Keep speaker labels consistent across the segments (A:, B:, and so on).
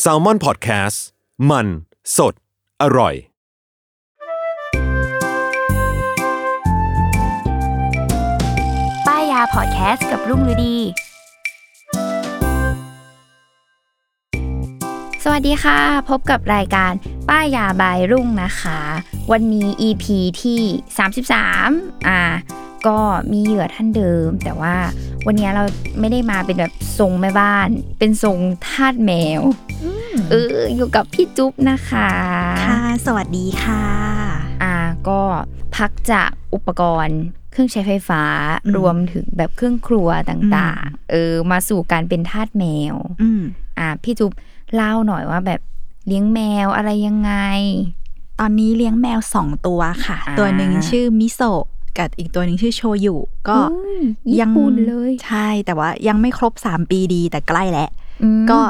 A: แซลมอนพอดแคสต์มันสดอร่อย
B: ป้ายยาพอดแคสต์กับรุ่งฤดี สวัสดีค่ะ พบกับรายการป้ายยาบายรุ่งนะคะ วันนี้ EP ที่ 33 อ่า ก็มีเหยื่อท่านเดิม แต่ว่าวันนี้เราไม่ได้มาเป็นแบบทรงแม่บ้าน เป็นทรงทาสแมวเอออยู่กับพี่จุ๊บนะคะ
C: ค่ะ สวัสดีค่ะ
B: อ่าก็พักจากอุปกรณ์ เครื่องใช้ไฟฟ้า
C: อืม
B: รวมถึงแบบเครื่องครัวต่าง
C: อืม
B: ๆ เออ มาสู่การเป็นทาสแมว
C: อืม
B: อ่า พี่จุ๊บเล่าหน่อยว่าแบบเลี้ยงแมวอะไรยังไง
C: ตอนนี้เลี้ยงแมวสองตัวค่ะ
B: อ่า
C: ตัวหนึ่งชื่อมิโซะกับอีกตัวหนึ่งชื่อโชยุ ก็
B: อุ้ยญี่ปุ่นเลย
C: ใช่ แต่ว่ายังไม่ครบ 3 ปีดีแต่ใกล้แล้ว
B: อืม
C: ก็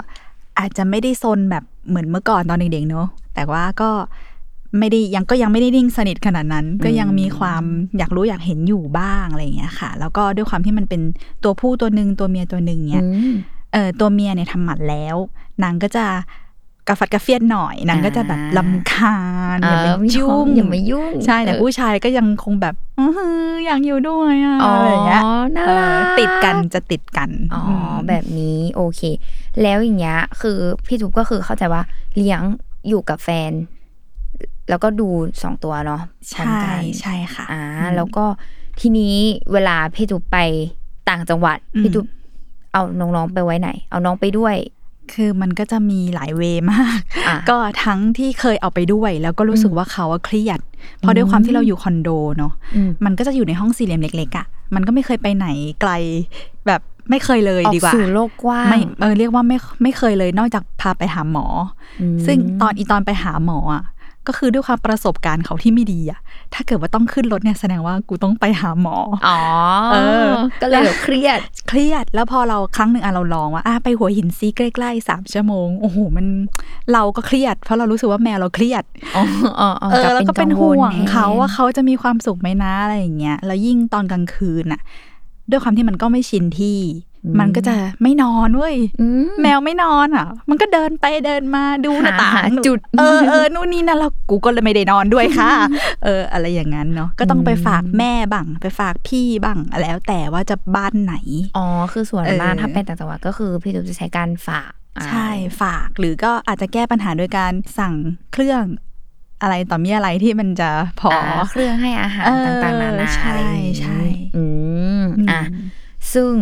C: อาจจะไม่ได้ซนแบบเหมือนเมื่อก่อนตอนเด็กๆเนอะแต่ว่าก็ไม่ได้ยังก็ยังไม่ได้นิ่งสนิทขนาดนั้น ก็ยังมีความอยากรู้อยากเห็นอยู่บ้างอะไรอย่างเงี้ยค่ะ แล้วก็ด้วยความที่มันเป็นตัวผู้ตัวหนึ่งตัวเมียตัวหนึ่งเนี้ย
B: อืม
C: เออตัวเมียเนี่ยทำหมันแล้วนางก็จะกระฟัดกระเฟียดหน่อยนางก็จะแบบ
B: อ่า
C: ลำคาญ
B: เอ
C: อย่า
B: อ
C: ไป
B: มี
C: ยุ่
B: ของ
C: ง
B: อย่ามายุ่ง
C: ใช่แต่
B: เออ
C: ผู้ชายก็ยังคงแบบอื้อหืออยากอยู่ด้วยอะ
B: อ๋อ
C: อะไรอย่างเงี้ย
B: น่า
C: เอ
B: รั
C: อก ติดกันจะติดกัน
B: อ๋อ
C: ม
B: แบบนี้โอเค แล้วอย่างเงี้ยคือพี่จุ๊บก็คือเข้าใจว่าเลี้ยงอยู่กับแฟน แล้วก็ดูสองตัวเนาะพร้อม
C: ใช่
B: กัน
C: ใช่ค่ะ
B: อ่า
C: อืม
B: แล้วก็ทีนี้เวลาพี่จุ๊บไปต่างจังหวัด
C: อืม
B: พี่จุ๊บเอาน้องๆไปไว้ไหน เอาน้องไปด้วย
C: คือมันก็จะมีหลายเวย์มาก
B: อ่ะ
C: ก็ทั้งที่เคยเอาไปด้วย แล้วก็รู้สึกว่าเขาอะเครียด เพราะด้วยความที่เราอยู่คอนโดเนาะ
B: อืม
C: มันก็จะอยู่ในห้องสี่เหลี่ยมเล็กๆอะมันก็ไม่เคยไปไหนไกลแบบไม่เคยเลย
B: ออก
C: ดีกว่า
B: สู่โลกกว้าง
C: ไม่เออเรียกว่าไม่ไม่เคยเลยนอกจากพาไปหาหมออ
B: ม
C: ซึ่งตอนอีตอนไปหาหมออ่ะก็คือด้วยความประสบการณ์เขาที่ไม่ดีอ่ะ ถ้าเกิดว่าต้องขึ้นรถเนี่ยแสดงว่ากูต้องไปหาหมอ
B: อ๋อ
C: เออ
B: ก็เลยแบบเครียด
C: เครียดแล้วพอเราครั้งหนึ่งอ่ะเราลองว่าอ่ะไปหัวหินซีใกล้ๆสามชั่วโมงโอ้โหมันเราก็เครียด เพราะเรารู้สึกว่าแมวเราเครียด
B: อ๋ออ๋อ
C: เออแล้วก็เป็น
B: กั
C: ห่วง
B: แทน
C: เขาว่าเขาจะมีความสุขไหมนะอะไรอย่างเงี้ยแล้วยิ่งตอนกลางคืนน่ะ ด้วยความที่มันก็ไม่ชินที่ มันก็จะไม่นอนเว้ย
B: อืม
C: แมวไม่นอนอ่ะ มันก็เดินไปเดินมาดูหน้าต่า
B: หาง จุด
C: เออเออนู่นนี่นั่นแล้วกูก็เลยไม่ได้นอนด้วย ค่ะ เออ อะไรอย่างนั้นเนาะก็ต้องไปฝากแม่บ้างไปฝากพี่บ้างแล้วแต่ว่าจะบ้านไหน
B: อ๋อคือส่วน
C: เออ
B: มากถ้าเป็นต่างจังหวัดก็คือพี่จุ๊บจะใช้การฝากอ่า
C: ใช่ฝากหรือก็อาจจะแก้ปัญหาด้วยการสั่งเครื่องอะไรต่อมีอะไรที่มันจะพอ
B: อ๋อเครื่องให้อาหาร
C: เออ
B: ต่างๆนานา
C: ใช่
B: อะไรอย่างนี้
C: ใช่
B: อืม
C: ม
B: อ่ะซึ่ง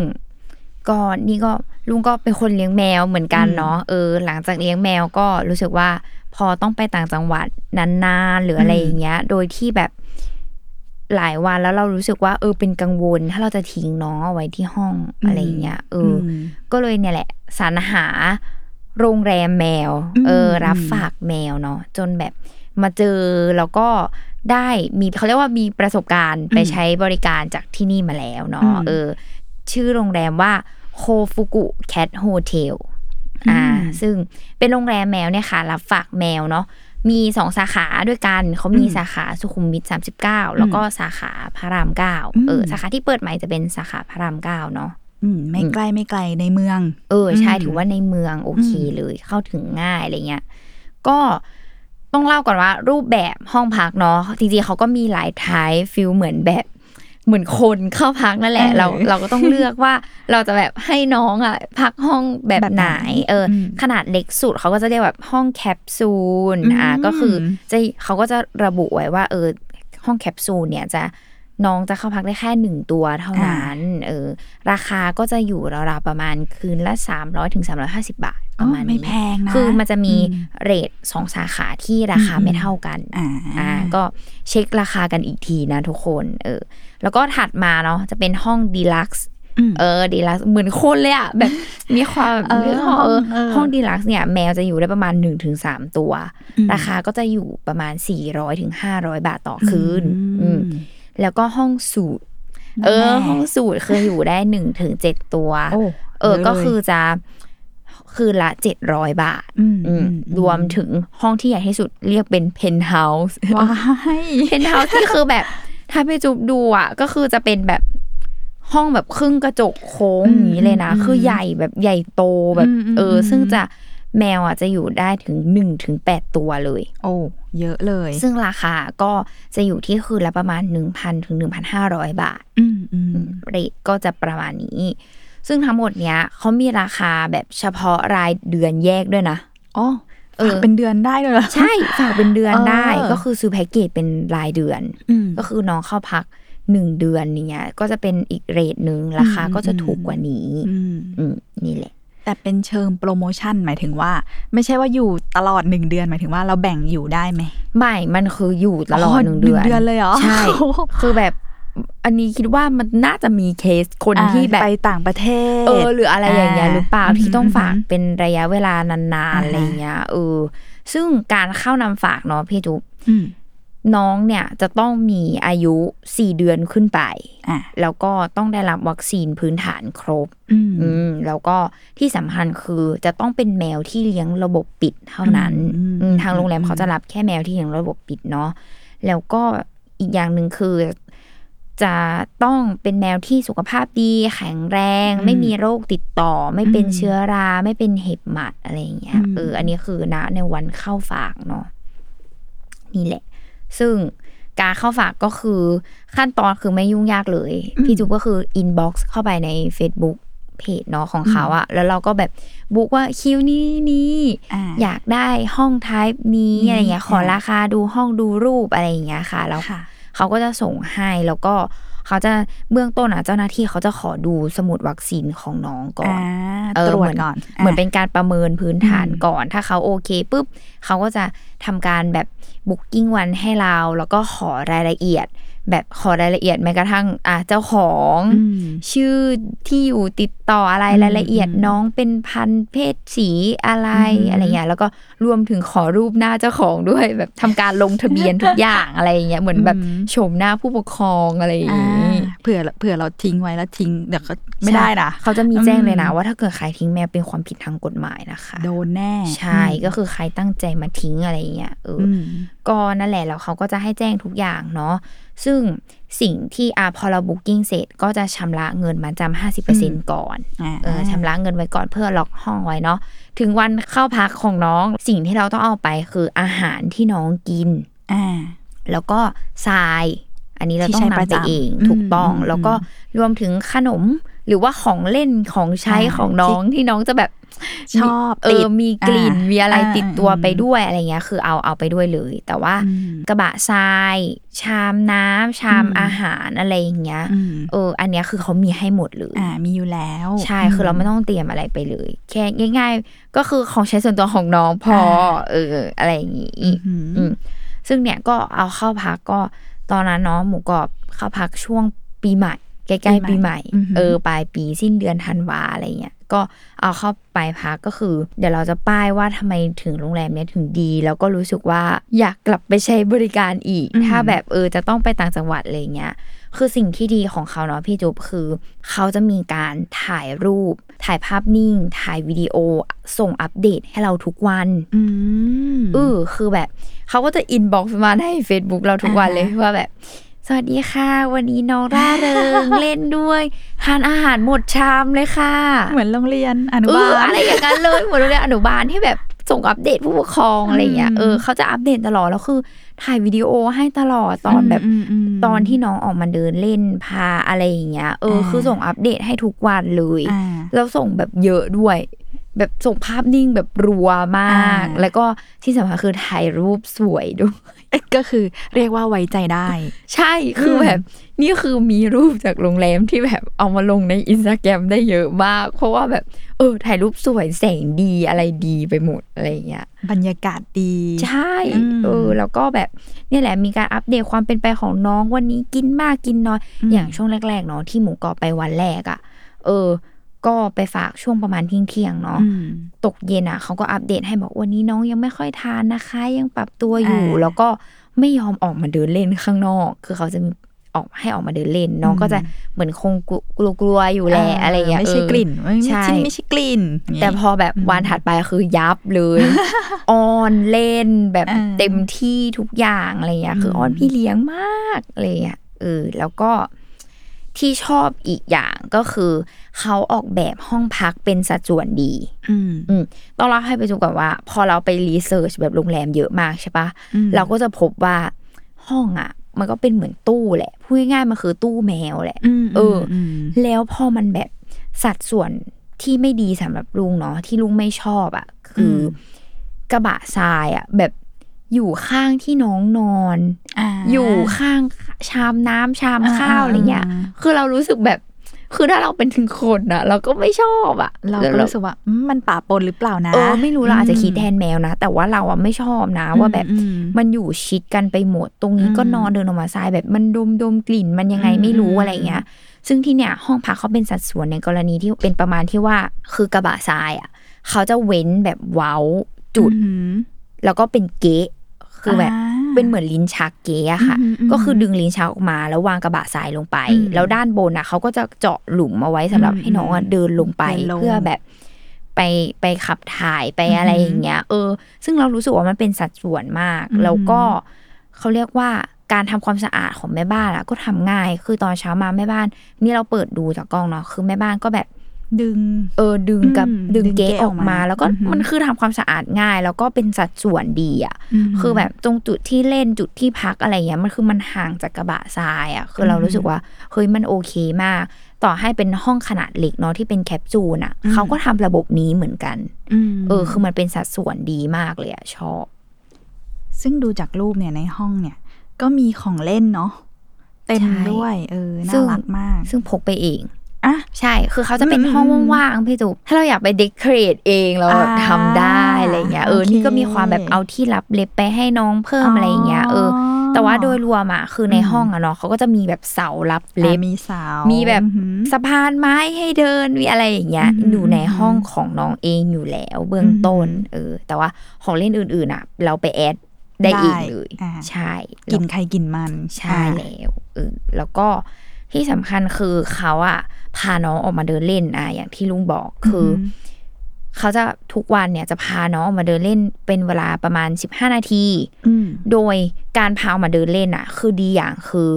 B: ก็นี่ก็ลุงก็เป็นคนเลี้ยงแมวเหมือนกันเนาะเออ หลังจากเลี้ยงแมวก็รู้สึกว่า พอต้องไปต่างจังหวัดนานๆหรืออะไรอย่างเงี้ย โดยที่แบบหลายวันแล้วเรารู้สึกว่า เออเป็นกังวล ถ้าเราจะทิ้งน้องเอาไว้ที่ห้องอะไรอย่างเงี้ยเอออ
C: ม
B: ก็เลยเนี่ยแหละสรรหาโรงแรมแมว
C: อืม
B: เออ รับ
C: อืม
B: ฝากแมวเนาะจนแบบมาเจอแล้วก็ได้มีเขาเรียกว่ามีประสบการณ์ไปใช้บริการจากที่นี่มาแล้วเนาะเออ ชื่อโรงแรมว่าโคฟุกุแคทโฮเทลอ่า ซึ่งเป็นโรงแรมแมวเนี่ยค่ะ รับฝากแมวเนาะมีสองสาขาด้วยกันเขามีสาขาสุขุมวิท39 แล้วก็สาขาพระรามเก้าเออสาขาที่เปิดใหม่จะเป็นสาขาพระรามเก้าเนาะ
C: อืมไม่ไกลไม่ไกลในเมือง
B: เออใช่
C: อืม
B: ถือว่าในเมืองโอเค
C: อืม
B: เลยเข้าถึงง่ายอะไรเงี้ยก็ต้องเล่าก่อนว่ารูปแบบห้องพักเนาะจริงๆเขาก็มีหลายไทป์ฟิลเหมือนแบบ เหมือนคนเข้าพักนั่นแหละ
C: เออ
B: เราเราก็ต้องเลือกว่าเราจะแบบให้น้องอ่ะพักห้องแบบ
C: แบบไห
B: ไห
C: น
B: นเอออ
C: ม
B: ขนาดเล็กสุดเขาก็จะเรียกแบบห้องแคปซูล
C: อืม
B: อ่ะก็คือจะเขาก็จะระบุไว้ว่า เออห้องแคปซูลเนี่ยจะน้องจะเข้าพักได้แค่หนึ่งตัวเท่านั้นเออราคาก็จะอยู่ราวๆประมาณคืนละ 300ถึง350 บาทประมาณ
C: อ๋อไม่
B: นี้
C: แพงนะ
B: คือมันจะมี
C: อืม
B: เรทสองสาขาที่ราคา
C: อืม
B: ไม่เท่ากัน
C: อ่า
B: ก็เช็คราคากันอีกทีนะทุกคน เออ แล้วก็ถัดมาเนาะจะเป็นห้องดีลักซ์
C: ม
B: เออดีลักซ์เหมือนคนเลยอะ แบบมีความ
C: เออ
B: เรื่องของเออ
C: เออ
B: ห้องดีลักซ์เนี่ยแมวจะอยู่ได้ประมาณ 1-3 ตัว
C: ม
B: ราคาก็จะอยู่ประมาณ 400-500 บาทต่อคืน อืม
C: อืม
B: แล้วก็ห้องสูตร เออ
C: นั่นแหละ
B: ห้องสูตรเคยอยู่ได้หนึ่งถึงเจ็ดตัว
C: โอ้
B: เออ
C: ย
B: ก็คือจะคืนละเจ็ดร้อยบาท
C: ม
B: อืมรวมถึงห้องที่ใหญ่ที่สุดเรียกเป็นเพนท์เฮา ส์
C: ว้าย
B: เพนท์เฮาส์ที่คือแบบถ้าไปจุบดูอ่ะ ก็คือจะเป็นแบบห้องแบบครึ่งกระจกโค้งอย่างนี้เลยนะ คือใหญ่แบบใหญ่โตแบบ เออ ซึ่งจะแมวอ่ะจะอยู่ได้ถึงหนึ่งถึงแปดตัวเลย
C: โอ้เยอะเลย
B: ซึ่งราคาก็จะอยู่ที่คืนละประมาณ 1,000ถึง1,500 บาท
C: อืมอืม
B: เรทก็จะประมาณนี้ ซึ่งทั้งหมดเนี้ยเขามีราคาแบบเฉพาะรายเดือนแยกด้วยนะ
C: อ๋อ
B: เออ
C: ฝากเป็นเดือนได้เลยเหรอ
B: ใช่ฝากเป็นเดือน
C: เออ
B: ได้ก็คือซื้อแพ็กเกจเป็นรายเดือน
C: อืม
B: ก็คือน้องเข้าพักหนึ่งเดือนเนี้ยก็จะเป็นอีกเรทหนึ่งราคา
C: อืม
B: ก็จะถูกกว่านี้
C: อืม
B: อืมนี่แหละ
C: แต่เป็นเชิงโปรโมชั่นหมายถึงว่า ไม่ใช่ว่าอยู่ตลอดหนึ่งเดือนหมายถึงว่าเราแบ่งอยู่ได้ไหม
B: ไม่มันคืออยู่ตลอดหนึ่งเดือน
C: หนึ่งเดือนเลยเหรอ
B: ใช่
C: โอ้โห
B: คือแบบอันนี้คิดว่ามันน่าจะมีเคสคนที่แบบ
C: ไปต่างประเทศ
B: เออหรืออะไรอย่างเงี้ยหรือเปล่า
C: อ่า
B: ที่ต้องฝาก
C: อืม
B: เป็นระยะเวลานานๆ
C: อ่า
B: อะไรเงี้ยเออซึ่งการเข้านำฝากเนาะพี่จุ๊บ
C: อืม
B: น้องเนี่ยจะต้องมีอายุ 4 เดือนขึ้นไป
C: อ่ะ
B: แล้วก็ต้องได้รับวัคซีนพื้นฐานครบ
C: อืม
B: อืมแล้วก็ที่สำคัญคือจะต้องเป็นแมวที่เลี้ยงระบบปิดเท่านั้นอืมทางโรงแรมเขาจะรับแค่แมวที่เลี้ยงระบบปิดเนาะแล้วก็อีกอย่างหนึ่งคือ จะต้องเป็นแมวที่สุขภาพดีแข็งแรง ไม่มีโรคติดต่อ ไม่เป็นเชื้อรา ไม่เป็นเห็บหมัดอะไรอย่างเงี้ยเอออันนี้คือนะในวันเข้าฝากเนาะนี่แหละ ซึ่งการเข้าฝากก็คือขั้นตอนคือไม่ยุ่งยากเลย พี่จุ๊บก็คืออินบ็อกซ์เข้าไปใน Facebook เพจเนาะของเขาอะแล้วเราก็แบบบุ๊กว่าคิวนี้นี้
C: อ่ะ
B: อยากได้ห้องไทป์นี้อะไรเงี้ยขอราคาดูห้องดูรูปอะไรอย่างเงี้ยค่ะแล้ว
C: ค่ะ
B: เขาก็จะส่งให้แล้วก็เขาจะเบื้องต้นอะเจ้าหน้าที่เขาจะขอดูสมุดวัคซีนของน้องก่อน เออ
C: ตรวจ
B: เหมือน
C: ก่อน
B: เหมือนเป็
C: ะ
B: นการประเมินพื้นฐาน
C: อืม
B: ก่อน ถ้าเขาโอเคปุ๊บเขาก็จะทำการแบบบุ๊กิ้งวันให้เรา แล้วก็ขอรายละเอียด แบบขอรายละเอียดแม้กระทั่งอ่ะเจ้าของ
C: อืม
B: ชื่อที่อยู่ติดต่ออะไร
C: อืม
B: รายละเอียดน้องเป็นพันธุ์เพศสีอะไร
C: อืม
B: อะไรเงี้ยแล้วก็รวมถึงขอรูปหน้าเจ้าของด้วย แบบทำการลงทะเบียนทุกอย่างอะไรเงี้ยเหมือนแบบโฉมหน้าผู้ปกครองอะไรอย่าง
C: อ่า
B: งี้
C: เผื่อเผื่อเราทิ้งไว้แล้วทิ้งเดี๋ยวก็ไม่ได้นะ
B: เขาจะมีแจ้งเลยนะ
C: อืม
B: ว่าถ้าเกิดใครทิ้งแมวเป็นความผิดทางกฎหมายนะคะ
C: โดนแน่
B: ใช่ก็คือใครตั้งใจมาทิ้งอะไรอย่างเงี้ยเอออ
C: อืม
B: ก็นั่นแหละแล้วเขาก็จะให้แจ้งทุกอย่างเนาะซึ่งสิ่งที่อาพอเราบุ๊กิ้งเสร็จก็จะชำระเงินมาจำห้าสิบเปอร์เซ็นต์ก่อน
C: อ่า
B: เออชำระเงินไว้ก่อนเพื่อล็อกห้องไว้เนาะถึงวันเข้าพักของน้อง สิ่งที่เราต้องเอาไปคืออาหารที่น้องกิน
C: อ่า
B: แล้วก็ทราย อันนี้เรา
C: ที่
B: ต้อ
C: ใช้
B: ง
C: ประ
B: นำไป
C: จำ
B: เอง
C: อืม
B: ถูกต้อง
C: อืม
B: แล้วก็รวมถึงขนมหรือว่าของเล่นของใช้
C: อ่า
B: ของน้องที่น้องจะแบบ
C: ชอบ
B: เอ
C: ติ
B: อ
C: ด
B: มีกลิ่น
C: อ่ามี
B: มีอะไร
C: อ่า
B: ติดตัว
C: อืม
B: ไปด้วยอะไรเงี้ย คือเอาเอาไปด้วยเลย แต่ว่า
C: อืม
B: กระบะทราย ชามน้ำชาม
C: อืม
B: อาหารอะไรอย่างเงี้ย
C: อืม
B: เออ อันเนี้ยคือเขามีให้หมดเลย
C: อ่ามีอยู่แล้ว
B: ใช่ คือเราไม่ต้องเตรียมอะไรไปเลย แค่ง่าย ๆ ก็คือของใช้ส่วนตัวของน้องพออเออ อะไรอย่างงี้
C: อืม
B: อืมซึ่งเนี่ยก็เอาเข้าพักก็ตอนนั้นเนาะหมูกรอบเข้าพักช่วงปีใหม่ ใกล้ๆ
C: ปี
B: ปี
C: ให
B: ให
C: ม่
B: ม่
C: อือหือ
B: เออปลายปีสิ้นเดือนธันวาอะไรเงี้ยก็เอาเข้าไปพักก็คือ เดี๋ยวเราจะป้ายว่าทำไมถึงโรงแรมเนี้ยถึงดี แล้วก็รู้สึกว่าอยากกลับไปใช้บริการอีก ถ้าแบบเออจะต้องไปต่างจังหวัดอะไรเงี้ย คือสิ่งที่ดีของเขาเนาะพี่จุ๊บคือ เขาจะมีการถ่ายรูป ถ่ายภาพนิ่ง ถ่ายวิดีโอส่งอัปเดตให้เราทุกวัน
C: อืม
B: เออคือแบบเขาก็จะอินบ็อกซ์มาใน Facebook เราทุกวันเลยว่าแบบ สวัสดีค่ะ วันนี้น้องร่าเริง เล่นด้วยทานอาหารหมดชามเลยค่ะ
C: เหมือนโรงเรียนอ
B: เอบ
C: นุา
B: อ
C: ล
B: อะไรอย่างนั้นเลยเหมือนโรงเรียนอนุบาลที่แบบ ส่งอัปเดตผู้ปกครองอะไรอย่างเงี้ย
C: อืม
B: เออเขาจะอัปเดตตลอดแล้วคือถ่ายวิดีโอให้ตลอดตอนแบบ
C: มมม
B: ตอนที่น้องออกมาเดินเล่นพาอะไรอย่างเงี้ยเออ
C: อ่า
B: คือส่งอัปเดตให้ทุกวันเลย
C: อ่า
B: แล้วส่งแบบเยอะด้วย แบบส่งภาพนิ่งแบบรัวมาก
C: อ่า
B: แล้วก็ที่สำคัญคือถ่ายรูปสวยด้วย
C: ก็คือเรียกว่าไว้ใจได้
B: ใช่คืออ
C: ม
B: แบบนี่คือมีรูปจากโรงแรมที่แบบเอามาลงในอินสตาแกรมได้เยอะมาก เพราะว่าแบบเออถ่ายรูปสวยแสงดีอะไรดีไปหมดอะไรอย่างเงี้ย
C: บรรยากาศดี
B: ใช่
C: อืม
B: เออแล้วก็แบบเนี่ยแหละมีการอัปเดตความเป็นไปของน้องวันนี้กินมากกินน้อย
C: อืม
B: อย่างช่วงแรกๆเนาะที่หมูกรอบไปวันแรกอะ่ะ เออ ก็ไปฝากช่วงประมาณเที่ยงๆเนาะ
C: อืม
B: ตกเย็นอะ่ะเขาก็อัปเดตให้บอกวันนี้น้องยังไม่ค่อยทานนะคะ ยังปรับตัวอยู่
C: อ่า
B: แล้วก็ไม่ยอมออกมาเดินเล่นข้างนอก คือเขาจะมีออกให้ออกมาเดินเล่น น้องก็จะ
C: อืม
B: เหมือนคงกลัวกลัวๆอยู่แหละอะไรอย่างเงี้ย
C: ไม่ใช่
B: เออ
C: กลิ่นไม่
B: ใช่
C: ใช่ไม่ใช่กลิ่นอย่างงี้
B: แต่พอแบบวันถัดไปคือยับเลย อ่อนเล่นแบบ
C: อ่า
B: เต็มที่ทุกอย่างอะไรเงี้ยคือ
C: ม
B: อ่อนพี่เลี้ยงมากอะไรเงี้ยเออแล้วก็ที่ชอบอีกอย่างก็คือ เขาออกแบบห้องพักเป็นสัดส่วนดี
C: อืม
B: อืมต้องเล่าให้ไปดูก่อนว่า พอเราไปรีเสิร์ชแบบโรงแรมเยอะมากใช่ปะ
C: อืม
B: เราก็จะพบว่าห้องอ่ะ มันก็เป็นเหมือนตู้แหละพูดง่ายๆมันคือตู้แมวแหละ
C: อืม
B: เอออ
C: ม
B: แล้วพอมันแบบสัดส่วนที่ไม่ดีสำหรับลุงเนาะที่ลุงไม่ชอบอะ่ะ คืออ
C: ม
B: กระบะทรายอะ่ะ แบบอยู่ข้างที่น้องนอน
C: อ่า
B: อยู่ข้างชามน้ำชาม
C: อ่า
B: ข้าวอะไรเงี้ย
C: อ่า
B: คือเรารู้สึกแบบ คือถ้าเราเป็นถึงคนอะเราก็ไม่ชอบอะ
C: เราก็รู้สึกว่าอืมมันป่าปนหรือเปล่านะ
B: เออไม่รู้เราอาจจะคิดแท
C: อืม
B: นแมวนะแต่ว่าเราอะไม่ชอบนะ
C: อืม
B: ว่าแบบ
C: อืม
B: มันอยู่ชิดกันไปหมด ตรงนี้ก็
C: อืม
B: นอนเดินออกมาทรายแบบมันดมดมกลิ่นมันยังไง
C: อืม
B: ไม่รู้
C: อืม
B: อะไรเงี้ย ซึ่งที่เนี่ยห้องพักเขาเป็นสัดส่วนในกรณีที่เป็นประมาณที่ว่าคือกระบะทรายอ่ะเขาจะเว้นแบบเว้าจุด
C: อืม
B: แล้วก็เป็นเก๊ะคือแบบ
C: อ่า
B: เป็นเหมือนลิ้นชักเก๊ะอะค่ะ
C: อืมอืม
B: ก็คือดึงลิ้นชักออกมาแล้ววางกระบะทรายลงไป
C: อืม
B: แล้วด้านบนอ่ะเขาก็จะเจาะหลุมเอาไว้สำหรับ
C: อืม
B: ให้น้องอะเดินลงไป
C: เดินลง
B: เพื่อแบบไปไปขับถ่ายไปอะไร
C: อืม
B: อย่างเงี้ย เออ ซึ่งเรารู้สึกว่ามันเป็นสัดส่วนมาก
C: อืม
B: แล้วก็เขาเรียกว่าการทำความสะอาดของแม่บ้านอะก็ทำง่าย คือตอนเช้ามาแม่บ้าน นี่เราเปิดดูจากกล้องเนาะคือแม่บ้านก็แบบ
C: ดึง
B: เออดึงกับ
C: อืม
B: ดึง
C: ดึง
B: เก๊ะอ
C: เก๊ะอ
B: อ
C: อก ก
B: มา
C: มา
B: แล้วก็
C: อือหือ
B: มันคือทำความสะอาดง่าย แล้วก็เป็นสัดส่วนดีอ่ะ
C: อือหือ
B: คือแบบตรงจุดที่เล่นจุดที่พักอะไรเงี้ยมันคือมันห่างจากกระบะทรายอ่ะคือเรา
C: อือหือ
B: รู้สึกว่าเฮ้ยมันโอเคมาก ต่อให้เป็นห้องขนาดเล็กเนาะที่เป็นแคปซูลอ่ะ
C: อืม
B: เขาก็ทำระบบนี้เหมือนกัน
C: ม
B: เออ คือมันเป็นสัดส่วนดีมากเลยอ่ะชอบ
C: ซึ่งดูจากรูปเนี่ยในห้องเนี่ย ก็มีของเล่นเนาะเต็ม
B: ใช่
C: ด้วย เออ
B: ซึ่
C: น่าง รักมาก
B: ซึ่งพกไปเอง
C: อ่ะ
B: ใช่ คือเขาจะเป็นห้อง
C: อืม
B: ว่างๆ พี่จุ๊บถ้าเราอยากไปเดคอเรทเองเรา
C: อ่า
B: ทำได้อะไรเงี้ย เออ
C: โอเค
B: นี่ก็มีความแบบเอาที่รับเล็บไปให้น้องเพิ่ม
C: อ๋ออ
B: อะไรเงี้ย เออ แต่ว่าโดยรวมอ่ะ คือใน
C: อืม
B: ห้องอะเนาะเขาก็จะมีแบบเสารับเล็บ
C: อ่ะมีสาว
B: มีแบบ
C: อื้อหือ
B: สะพานไม้ให้เดิน มีอะไรอย่างเงี้ย
C: อืม
B: อยู่ในห้องของน้องเองอยู่แล้วเบื้องต้น
C: อืม
B: เออ แต่ว่าของเล่นอื่นๆอ่ะ เราไปแอดได้
C: ได้
B: เองเลย
C: อ่า
B: ใช่แล้ว
C: กินใครกินมัน
B: ใช่
C: อ่ะ
B: แล้วเออแล้วก็ที่สำคัญคือเขาอะพาน้องออกมาเดินเล่นอะอย่างที่ลุงบอกคืออ
C: อหือ
B: เขาจะทุกวันเนี่ยจะพาน้องออกมาเดินเล่นเป็นเวลาประมาณ 15 นาที
C: อืม
B: โดยการพาออกมาเดินเล่นอะคือดีอย่างคือ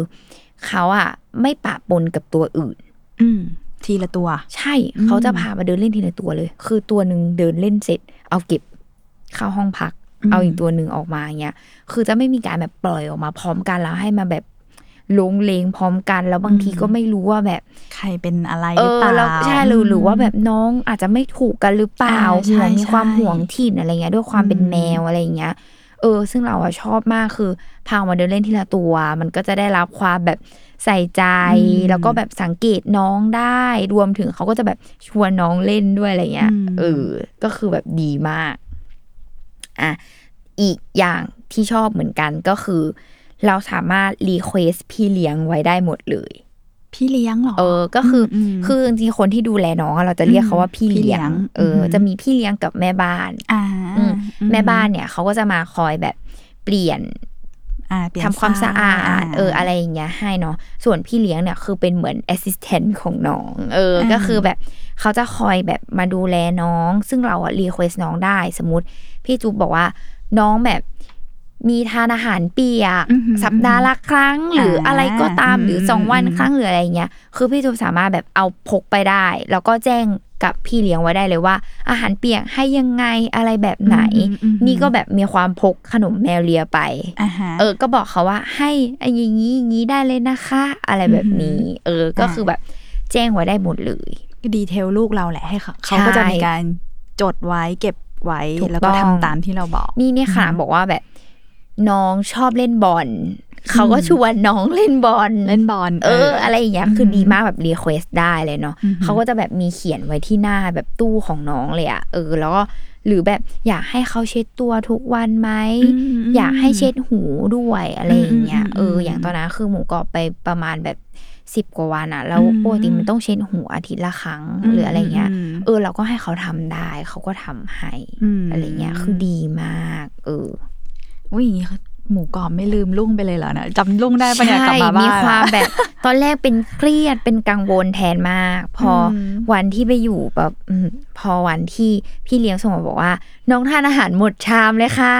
B: เขาอะไม่ปะปนกับตัวอื่น
C: อืม ทีละตัว
B: ใช่เขาจะพามาเดินเล่นทีละตัวเลย คือตัวหนึ่งเดินเล่นเสร็จ เอาเก็บเข้าห้องพัก
C: อืม
B: เอาอีกตัวหนึ่งออกมาเงี้ย คือจะไม่มีการแบบปล่อยออกมาพร้อมกันแล้วให้มาแบบลงเลงพร้อมกัน แล้วบางทีก็ไม่รู้ว่าแบบ
C: ใครเป็นอะไร
B: เอ
C: หรือ
B: อ
C: เปล่า
B: เราใช่หรือหรือว่าแบบน้องอาจจะไม่ถูกกันหรือเปล่า
C: อ่าใช่
B: ห่วงมี
C: ใช่
B: ความห่วงถิ่นอะไรเงี้ยด้วยความเป็น
C: อืม
B: แมวอะไรเงี้ย เออ ซึ่งเราอะชอบมากคือพาออกมาเดินเล่นทีละตัว มันก็จะได้รับความแบบใส่ใจ แล้วก็แบบสังเกตน้องได้ รวมถึงเขาก็จะแบบชวนน้องเล่นด้วยอะไรเงี้ย เออ ก็คือแบบดีมาก อ่ะ อีกอย่างที่ชอบเหมือนกันก็คือ เราสามารถรีเควสพี่เลี้ยงไว้ได้หมดเลย
C: พี่เลี้ยงเหรอ
B: เออ ก็คืออ
C: ม
B: คือจริงๆคนที่ดูแลน้องอะเราจะเรียกเขาว่าพี่
C: พี่เลี้
B: เลี้ย
C: ย
B: ง
C: ง
B: เอออ
C: อหือ
B: จะมีพี่เลี้ยงกับแม่บ้าน
C: อ่า
B: อืมแม่บ้านเนี่ยเขาก็จะมาคอยแบบเปลี่ยน
C: อ่าเปลี่ยน
B: ทำความสะอาด เออ
C: า
B: อะไรอย่างเงี้ยให้เนาะส่วนพี่เลี้ยงเนี่ยคือเป็นเหมือนแอสซิสแตนต์ของน้อง เอออ
C: ม
B: ก็คือแบบเขาจะคอยแบบมาดูแลน้อง ซึ่งเราอะรีเควสน้องได้สมมติ พี่จุ๊บบอกว่าน้องแบบมีทานอาหารเปียก
C: อือหือ
B: สัปดาห์ละครั้ง หรืออะไรก็ตาม
C: อ่า
B: หรืออ
C: ม
B: สองวัน
C: อืม
B: ครั้งหรืออะไรอย่างเงี้ยคือพี่จุ๊บสามารถแบบเอาพกไปได้ แล้วก็แจ้ง กับพี่เลี้ยงไว้ได้เลยว่า อาหารเปียกให้ยังไงอะไรแบบไหน
C: อืมอืมอืม
B: นี่ก็แบบมีความพกขนมแมวเลียไป
C: อ่าฮะ
B: เออ ก็บอกเขาว่าให้อย่างนี้อย่างนี้ได้เลยนะคะ อะไรแบบนี้ เออ ก็
C: อ่า
B: คือแบบแจ้งไว้ได้หมดเลย
C: ดีเทลลูกเราแหละให้เขา
B: ใช่
C: เขาก็จะมีการจดไว้เก็บไว้
B: ถูก
C: แล้วก็
B: ต้
C: ทำ
B: อง
C: ตามที่เราบอก
B: นี่เนี่ยค่ะบอกว่าแบบน้องชอบเล่นบอลเขาก็ชวนน้องเล่นบอล
C: เล่นบอล
B: เออ อะไรอย่างเงี้ย
C: อืม
B: คือดีมากแบบรีเควสได้เลยเนาะ
C: อือหือ
B: เขาก็จะแบบมีเขียนไว้ที่หน้าแบบตู้ของน้องเลยอะเออ แล้วก็หรือแบบอยากให้เขาเช็ดตัวทุกวันไหม
C: มม
B: อยากให้เช็ดหูด้วยอะไรอย่างเงี้ย
C: อืมอืม
B: เอออ
C: ม
B: อย่างตอนนั้นคือหมูกรอบไปประมาณแบบสิบกว่าวันอะแล้ว
C: อืม
B: ปกติมันต้องเช็ดหูอาทิตย์ละครั้ง
C: อืม
B: หรืออะไรเงี้ย
C: อืม
B: เออ เราก็ให้เขาทำได้เขาก็ทำให้
C: อืม
B: อะไรเงี้ยคือดีมาก เออ
C: อุ้ยอย่างงี้เขาหมูกรอบไม่ลืมลุงไปเลยเหรอนะจำลุงได้ปะเนี่ยกลับมาบ้าน
B: มี
C: อะ
B: ความแบบ ตอนแรกเป็นเครียดเป็นกังวลแทนมาก พออ
C: ม
B: วันที่ไปอยู่แบบอืมพอวันที่พี่เลี้ยงส่งมาบอกว่า น้องทานอาหารหมดชามเลยค่ะ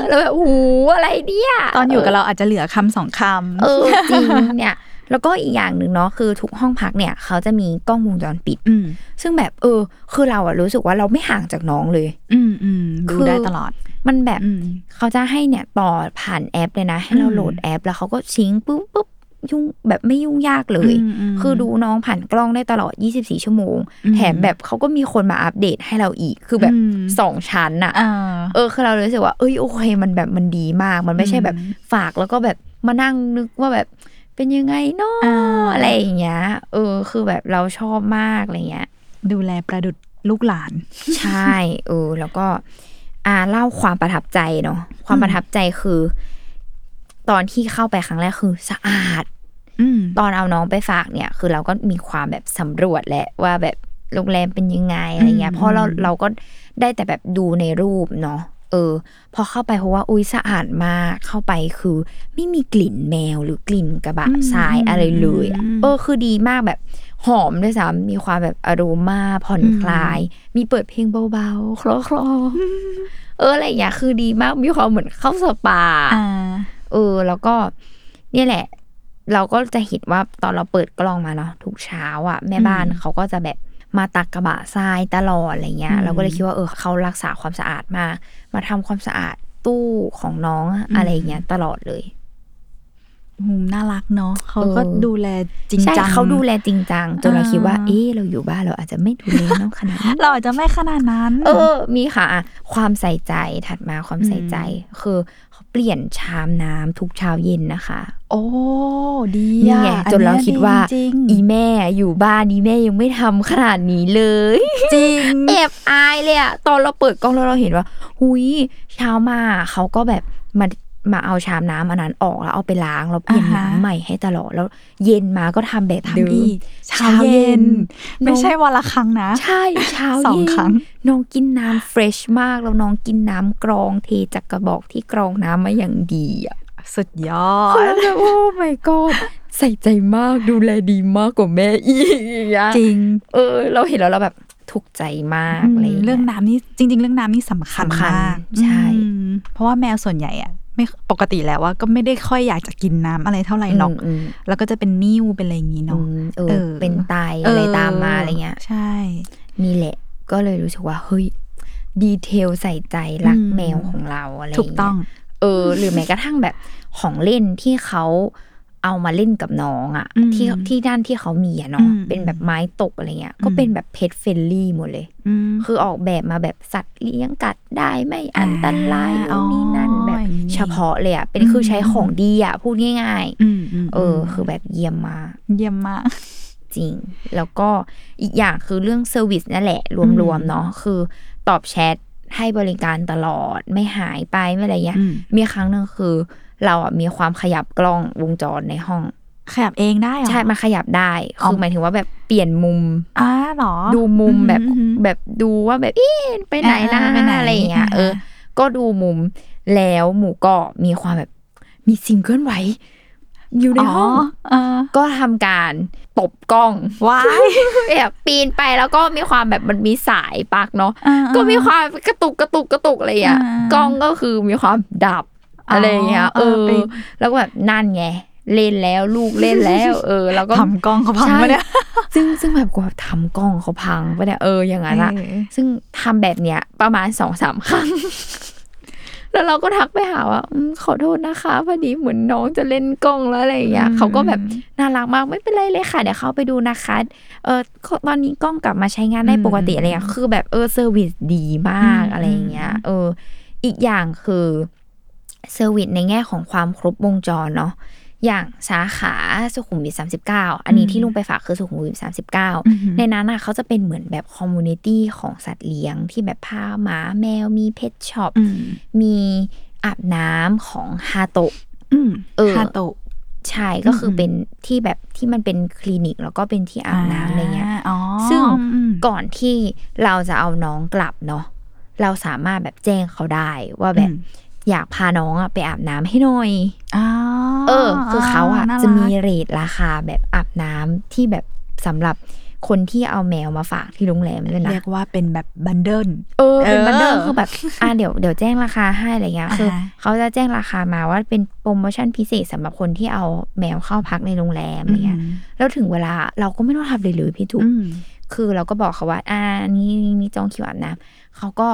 B: แล้วแบบโอ้โหอะไรเนี่ย
C: ตอนอยู่กับเราอาจจะเหลือคำสองคำ
B: เออจริงเนี่ย แล้วก็อีกอย่างหนึ่งเนาะคือทุกห้องพักเนี่ย เขาจะมีกล้องวงจรปิด
C: อืม
B: ซึ่งแบบเออ คือเราอะรู้สึกว่าเราไม่ห่างจากน้องเลย
C: อืมอืมดู
B: คือ
C: ได้ตลอด
B: มันแบบ
C: อืม
B: เขาจะให้เนี่ยต่อผ่านแอปเลยนะ ให้เรา
C: อืม
B: โหลดแอป แล้วเขาก็ชิงปุ๊บปุ๊บยุ่งแบบไม่ยุ่งยากเลย
C: มม
B: คือดูน้องผ่านกล้องได้ตลอด 24 ชั่วโมง
C: อืม
B: แถมแบบเขาก็มีคนมาอัปเดตให้เราอีก คือแบบ
C: อืม
B: สองชั้นอะ
C: อ่า
B: เออคือเรารู้สึกว่าเอ้ยโอเคมันแบบมันดีมาก มันไม่ใช่แบบ
C: อืม
B: ฝากแล้วก็แบบมานั่งนึกว่าแบบเป็นยังไงเนาะ
C: อ่า
B: อะไรอย่างเงี้ยเออ คือแบบเราชอบมากอะไรเงี้ ย
C: ดูแลประดุดลูกหลาน
B: ใช่เออแล้วก็ อ่าเล่าความประทับใจเนาะความประทับใจคือ ตอนที่เข้าไปครั้งแรกคือสะอาด
C: อืม
B: ตอนเอาน้องไปฝากเนี่ย คือเราก็มีความแบบสำรวจแหละว่าแบบโรงแรมเป็นยังไงอะไรเงี้ย
C: อืม
B: เพราะเรา
C: อืม
B: เราก็ได้แต่แบบดูในรูปเนาะเออ พอเข้าไปเพราะว่าอุ้ยสะอาดมากเข้าไปคือ ไม่มีกลิ่นแมวหรือกลิ่นกระบะทรายอะไรเลยอะเออคือดีมากแบบหอมด้วยซ้ำมีความแบบอารมาผ่อนคลาย มีเปิดเพลงเบาๆคลอคลอๆเอออะไรอย่างเงี้ยคือดีมากมีความเหมือนเข้าสปา
C: อ่า
B: เออแล้วก็เนี่ยแหละ เราก็จะเห็นว่าตอนเราเปิดกล้องมาเนาะทุกเช้าอะ่ะ แม่บ้าน
C: อืม
B: เขาก็จะแบบมาตักกระบะทรายตลอดอะไรเงี้ย
C: อืม
B: เราก็เลยคิดว่าเออเขารักษาความสะอาดมาก มาทำความสะอาดตู้ของน้องอะ
C: อืม
B: อะไรเงี้ยตลอดเลย
C: อืมน่ารักเนาะเขาก็
B: เออ
C: ดูแลจริง
B: ใช่
C: จัง
B: เขาดูแลจริงจังจนเรา
C: อ่า
B: คิดว่า เออเราอยู่บ้านเราอาจจะไม่ดูแลน้องขนาดนี้
C: เราอาจจะไม่ขนาดนั้น
B: เออ มีค่ะอ่ะ ความใส่ใจถัดมาความใส่ใจ คือเขาเปลี่ยนชามน้ำทุกเช้าเย็นนะคะ
C: โอ้ดี
B: นี่
C: อะ
B: ไง
C: อั
B: จนเราคิดว่า
C: จริง
B: อีแม่อยู่บ้านอีแม่ยังไม่ทำขนาดนี้เลย
C: จริง
B: แอบอายเลยอะตอนเราเปิดกล้องแล้วเราเห็นว่า หุยเช้ามาเขาก็แบบมามาเอาชามน้ำอันนั้นออกแล้วเอาไปล้างแล้วเปลี่ยน
C: อ่าฮะ
B: น้ำใหม่ให้ตลอดแล้ว เย็นมาก็ทำแบบเดิ
C: ทำ
B: ม
C: อีกเช้าเย็น
B: เช้าเย็น
C: ไม่ใช่วันละครั้งนะ
B: ใช่เช้า
C: สอง
B: เย็น
C: ครั้ง
B: น้องกินน้ำเฟรชมากแล้วน้องกินน้ำกรองเทจากกระบอกที่กรองน้ำมาอย่างดีอะ
C: สุดยอด
B: แล้วโอ้ my god ใส่ใจมากดูแลดีมากกว่าแม่อีกอย่างเงี้ย
C: จริง
B: เออ เราเห็นแล้วเราแบบถูกใจมากอะไรย่าย
C: เรื่องน้ำนี่จริง ๆ เรื่องน้ำนี่สำคัญ
B: สำคัญ
C: มาก
B: ใช่
C: อืมเพราะว่าแมวส่วนใหญ่อะไม่ปกติแล้วว่าก็ไม่ได้ค่อยอยากจะกินน้ำอะไรเท่าไหร่หรอก
B: อืม
C: แล้วก็จะเป็นนิ่วเป็นอะไรอย่างนี้
B: อื
C: เนาะ
B: มเอ
C: เอ
B: อ
C: อ
B: เป็นไตอะไรตามมาอะไรเงี้ย
C: ใช่
B: นี่แหละ ก็เลยรู้สึกว่าเฮ้ยดีเทลใส่ใจรัก
C: อืม
B: แมวของเราอะไร
C: ถูก
B: ย่า
C: ต้อง
B: เยเออ หรือแม้กระทั่งแบบของเล่นที่เขาเอามาเล่นกับน้องอะ
C: อืม
B: ที่ที่ด้านที่เขามีอะเนาะ
C: อืม
B: เป็นแบบไม้ตกอะไรเงี้ย ก็
C: อืม
B: เป็นแบบเพชรเฟลลี่หมดเลย
C: อืม
B: คือออกแบบมาแบบสัตว์เลี้ยงกัดได้ไม่อันตราย
C: อ่า
B: นู่นนี่นั่น
C: อ๋อ
B: แบบ
C: อย่างนี้
B: เฉพาะเลยอ่ะ เป็น
C: อืม
B: คือใช้ของดีอ่ะ พูดง่าย
C: อืมม
B: ๆ เออ คือแบบเยี่ยมมาก
C: เยี่ยมมาก
B: จริง แล้วก็อีกอย่างคือเรื่องเซอร์วิสนั่นแหละ รวม
C: อื
B: ๆ
C: ม
B: เนาะคือตอบแชทให้บริการตลอดไม่หายไปไม่อะไรเงี้ย
C: อืม
B: มีครั้งหนึ่งคือ เราอ่ะมีความขยับกล้องวงจรในห้อง
C: ขยับเองได้เหรอ
B: ใช่มันขยับได้
C: อ๋อ
B: คือหมายถึงว่าแบบเปลี่ยนมุม
C: อ่าเหรอ
B: ดูมุมแบบ
C: อืม
B: แบบดูว่าแบบเอ๊ะไปไหนนะ
C: อ่าไปไหน
B: อะไรอย่างเงี้ย
C: อ่า
B: เออ ก็ดูมุมแล้วหมูก็มีความแบบมีสิ่งเคลื่อนไหว อยู่ในห้อง
C: เออ
B: ก็ทำการตบกล้อง
C: ว้าย
B: แบบปีนไปแล้วก็มีความแบบมันมีสายปักเนาะ
C: อ่า
B: ก็มีความกระตุกกระตุกกระตุกอะไรอย่างเงี้ย
C: อ่าก
B: ล้องก็คือมีความดับ
C: อ๋ออ
B: อะไรอย่างเงี้ยเอ
C: เออ
B: อ
C: ไป
B: แล้วก็แบบนั่นไง เล่นแล้วลูกเล่นแล้ว เออ แล้วก็
C: ทำกล้องเขาพังปะเนี่ย
B: ใช่ ซึ่งซึ่งแบบกูแบบทำกล้องเขาพังปะเนี่ยเอออย่างนั้นอะ
C: เออ
B: ซึ่งทำแบบเนี้ยประมาณสองสามครั้ง แล้วเราก็ทักไปหาว่าอมขอโทษนะคะพอดีเหมือนน้องจะเล่นกล้องแล้วอะไรอย่างเงี้ย
C: อืม
B: เขาก็แบบน่ารักมากไม่เป็นไรเลยค่ะ เดี๋ยวเขาไปดูนะคะเออตอนนี้กล้องกลับมาใช้งานได้ปกติอะไรอย่างเงี้ยคือแบบเออเซอร์วิสดีมากอะไรอย่างเงี้ยเออ อีกอย่างคือเซอร์วิสในแง่ของความครบวงจรเนาะอย่างสาขาสุขุมวิท39 อันนี้ที่ลุงไปฝากคือสุขุมวิท39 ในนั้นน่ะเขาจะเป็นเหมือนแบบคอมมูนิตี้ของสัตว์เลี้ยงที่แบบพาหมาแมวมีเพชช็อป
C: อืม
B: มีอาบน้ำของฮาโตะ
C: อืม
B: เออ
C: ฮาโตะ
B: ใช่ก็คือเป็นที่แบบที่มันเป็นคลินิก แล้วก็เป็นที่อาบน้ำอะไรเงี้ย
C: อ๋อ
B: ซึ่ง
C: อืม
B: ก่อนที่เราจะเอาน้องกลับเนาะเราสามารถแบบแจ้งเขาได้ว่าแบบ
C: อืม
B: อยากพาน้องอะไปอาบน้ำให้หน่อย
C: อ๋อ
B: เออ คือเขาอะ
C: น่รัก
B: จะมีเรทราคาแบบอาบน้ำที่แบบสำหรับคนที่เอาแมวมาฝากที่โรงแรมด้วยนะ
C: เรียกว่าเป็นแบบบันเดิล
B: เออเป็นบันเดอร์
C: เออ
B: คือ แบบอ่ะเดี๋ยวเดี๋ยวแจ้งราคาให้อะไรเงี้ย
C: อ่าฮะ
B: คือเขาจะแจ้งราคามาว่าเป็นโปรโมชั่นพิเศษสำหรับคนที่เอาแมวเข้าพักในโรงแรมอะไรเงี้ยแล้วถึงเวลาเราก็ไม่ต้องทำเลยหรือพี่ถูก
C: อืม
B: คือเราก็บอกเขาว่าอ่านี่นี่นี่จองคิวอาบน้ำเขาก็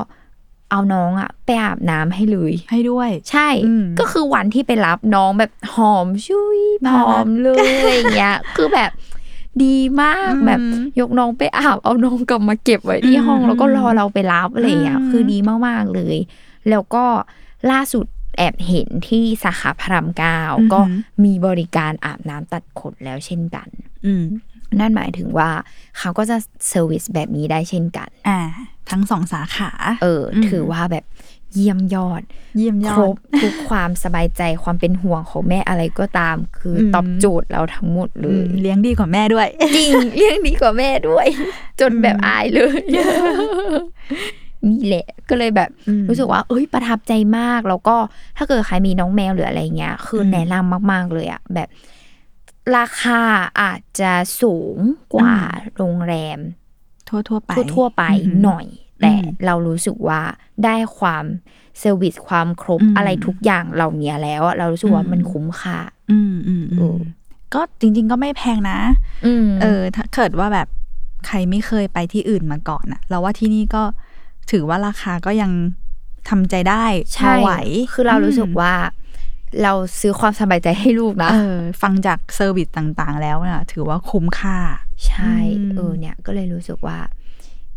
B: เอาน้องอะไปอาบน้ำให้เลย
C: ให้ด้วย
B: ใช่
C: อืม
B: ก็คือวันที่ไปรับน้องแบบหอมชุย
C: น่า
B: ห
C: รัก
B: อมเลยอะไรอย่างเงี้ย คือแบบดีมาก
C: อืม
B: แบบยกน้องไปอาบเอาน้องกลับมาเก็บไว้ที่ห้อง
C: อืม
B: แล้วก็รอเราไปรับอะไรอย่างเงี้ย
C: อืม
B: คือดีมากๆเลย แล้วก็ล่าสุดแอบเห็นที่สาขาพระรามเก้าก็มีบริการอาบน้ำตัดขนแล้วเช่นกัน
C: อืม
B: นั่นหมายถึงว่าเขาก็จะเซอร์วิสแบบนี้ได้เช่นกัน
C: อ่า ทั้งสองสาขา
B: เอออ
C: ม
B: ถือว่าแบบเยี่ยมยอด
C: เยี่ยมยอ
B: ค
C: ด
B: รบทุกความสบายใจความเป็นห่วงของแม่อะไรก็ตาม คืออ
C: ม
B: ตอบโจทย์เราทั้งหมดเล
C: อืม
B: ย
C: เลี้ยงดีกว่าแม่ด้วย
B: จริง เรื่องนี้กว่าแม่ด้วย จนแบบอายเลย นี่แหละ ก็เลยแบบ
C: อืม
B: รู้สึกว่า เอ้ยประทับใจมาก แล้วก็ถ้าเกิดใครมีน้องแมวหรืออะไรเงี้ย คืออ
C: ม
B: แนะนำมาก ๆ เลยอะแบบ ราคาอาจจะสูงกว่า
C: อืม
B: โรงแรม
C: ทั่วทั่วๆไป
B: ทั่วๆไป
C: อืม
B: หน่อย แต่
C: อืม
B: เรารู้สึกว่าได้ความเซอร์วิสความครบ
C: อืม
B: อะไรทุกอย่างเหล่านี้แล้วอะเรารู้สึกว่า
C: อืม
B: มันคุ้มค่า
C: อืมอืม
B: เอ
C: อื
B: อ
C: มก็จริง ๆ ก็ไม่แพงนะ
B: อืม
C: เออ ถ้าเกิดว่าแบบใครไม่เคยไปที่อื่นมาก่อนอะเราว่าที่นี่ก็ถือว่าราคาก็ยังทำใจได้พอ
B: ใช่
C: ไหว
B: คือเรารู้สึก
C: อืม
B: ว่า เราซื้อความสบายใจให้ลูกนะ
C: เออ ฟังจากเซอร์วิสต่างๆ แล้วนะถือว่าคุ้มค่า
B: ใช่
C: อืม
B: เออ เนี่ยก็เลยรู้สึกว่า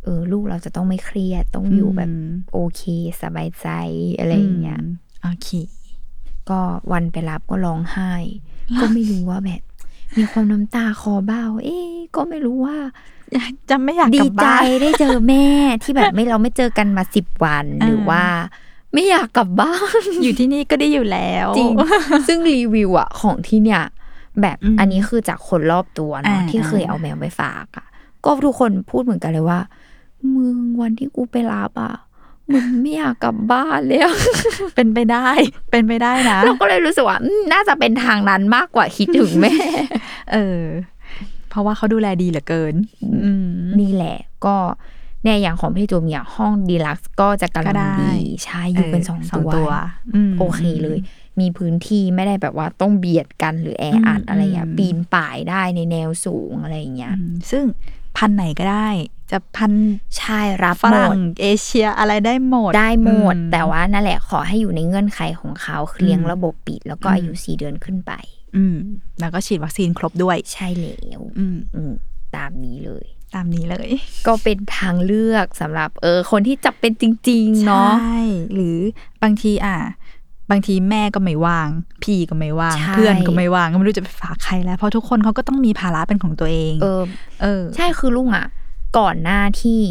B: เออ ลูกเราจะต้องไม่เครียด ต้องอยู่แบบ
C: ม
B: โอเค สบายใจอะไรอย่างเงี้ย
C: มโอเค
B: ก็วันไปรับก็ร้องไห้ ก็ไม่รู้ว่าแบบ มีความน้ำตาคลอเบ้า เอ๊ะก็ไม่รู้ว่า
C: จะไม่อยาก
B: ดี
C: กลับ
B: ใจ
C: บ้าน
B: ได้เจอแม่ที่แบบไม่เราไม่เจอกันมาสิบวัน
C: อ่า
B: หรือว่า ไม่อยากกลับบ้าน
C: อยู่ที่นี่ก็ได้อยู่แล้ว
B: จริง ซึ่งรีวิวอะของที่เนี่ย แบบ
C: อืม
B: อันนี้คือจากคนรอบตัวเนาะ
C: อ่า
B: ที่เคยเอาแมวไปฝากอะก็ทุกคนพูดเหมือนกันเลยว่า มึงวันที่กูไปรับอะมึงไม่อยากกลับบ้านแล้ว
C: เป็นไปได้ เป็นไปได้นะ
B: เราก็เลยรู้สึกว่าอืมน่าจะเป็นทางนั้นมากกว่าคิดถึงแม่
C: เออ เพราะว่าเขาดูแลดีเหลือเกิน อืม
B: นี่แหละก็เนี่ยอย่างของพี่จูมเนี่ยห้องดีลักซ์ก็จะกำลั
C: ก็ได้
B: งดีใช่อยู่เป็นสองตัว
C: อืม
B: โอเคเลย มีพื้นที่ไม่ได้แบบว่าต้องเบียดกันหรือแออัด
C: อืม
B: อะไรอย่าง
C: อืม
B: ปีนป่ายได้ในแนวสูงอะไรอย่างเงี้
C: อื
B: ย
C: มซึ่งพันธุ์ไหนก็ได้ จะพันธุ์
B: ใช่รับ
C: ฝ
B: หมด
C: รั่งเอเชียอะไรได้หมด
B: ได้หมด
C: อื
B: แต่ว่านั่นแหละขอให้อยู่ในเงื่อนไขของเขาคือเลี้ยง
C: อืม
B: ระบบปิด แล้วก็
C: อืม
B: อายุสี่เดือนขึ้นไป
C: อืม แล้วก็ฉีดวัคซีนครบด้วย
B: ใช่แล้ว
C: อืม
B: อืมตามนี้เลย
C: ตามนี้เลย
B: ก็เป็นทางเลือกสำหรับเออคนที่จับเป็นจริง ๆ เนาะ
C: ใช่หรือบางทีอ่ะ บางทีแม่ก็ไม่ว่าง พี่ก็ไม่ว่าง
B: ใช่
C: เพื่อนก็ไม่ว่างก็ไม่รู้จะไปฝากใครแล้ว เพราะทุกคนเขาก็ต้องมีภาระเป็นของตัวเอง
B: เออ
C: เออ
B: ใช่คือลุงอ่ะ ก่อนหน้าที่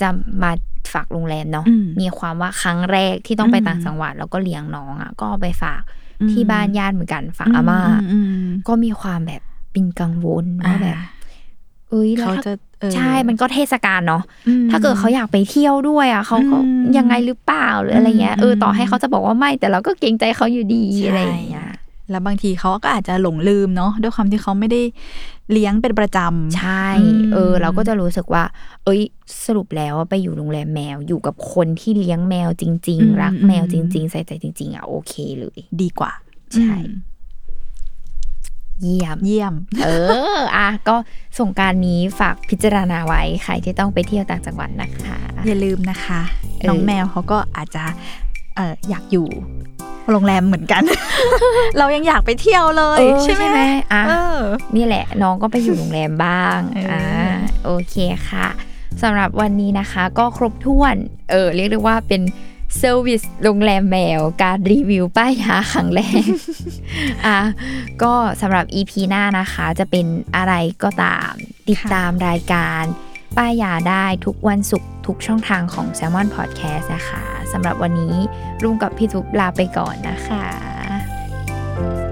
B: จะมาฝากโรงแรมเนาะ
C: อืม
B: มีความว่าครั้งแรกที่ต้องไป
C: อืม
B: ต่างจังหวัด แล้วก็เลี้ยงน้องอ่ะ ก็เอาไปฝาก
C: อืม
B: ที่บ้านญาติเหมือนกันฝากอาม่า
C: อืม
B: ก็มีความแบบเป็นกังวล
C: อืม
B: ว่าแบบ เอ้ยแล้ว
C: เขา
B: ถ้า
C: จะเออ
B: ใช่มันก็เทศกาลเนาะ
C: อืม
B: ถ้าเกิดเขาอยากไปเที่ยวด้วยอ่ะเขาก็
C: อืม
B: ยังไงหรือเปล่าหรืออะไรเงี้ยเอออ
C: ม
B: ต่อให้เขาจะบอกว่าไม่แต่เราก็เกรงใจเขาอยู่ดีอะไรอย่างเงี้ย
C: แล้วบางทีเขาก็อาจจะหลงลืมเนาะด้วยความที่เขาไม่ได้เลี้ยงเป็นประจำ
B: ใช่
C: อืม
B: เออ เราก็จะรู้สึกว่า เอ้ย สรุปแล้วอะไปอยู่โรงแรมแมว อยู่กับคนที่เลี้ยงแมวจริง
C: อืม
B: ๆ รักแมวจริง ๆ ใส่ใจจริง ๆ อ่ะ โอเคเลย
C: ดีกว่า
B: ใช่
C: อืม
B: เยี่ยม
C: เยี่ยม
B: เออ อ่ะ ก็ส่งกรารนี้ฝากพิจารณาไว้ ใครที่ต้องไปเที่ยวต่างจังหวัดนะคะ
C: อย่าลืมนะคะ
B: เออ
C: น้องแมวเขาก็อาจจะเอออยากอยู่โรงแรมเหมือนกัน เรายังอยากไปเที่ยวเลย
B: เออ
C: ใช่ไหม
B: อ่ะ
C: เออ
B: นี่แหละน้องก็ไปอยู่โรงแรมบ้าง
C: เอออ่
B: อ่าโอเคค่ะสำหรับวันนี้นะคะก็ครบถ้วน เออเรียกได้ว่าเป็นเซอร์วิสโรงแรมแมว การรีวิวป้ายยาครั้งแรก อ่ะก็สำหรับ EP หน้านะคะจะเป็นอะไรก็ตาม ติดตามรายการป้ายยาได้ทุกวันศุกร์ทุกช่องทางของ Salmon Podcast นะคะสำหรับวันนี้รุ่งกับพี่ทุบลาไปก่อนนะคะ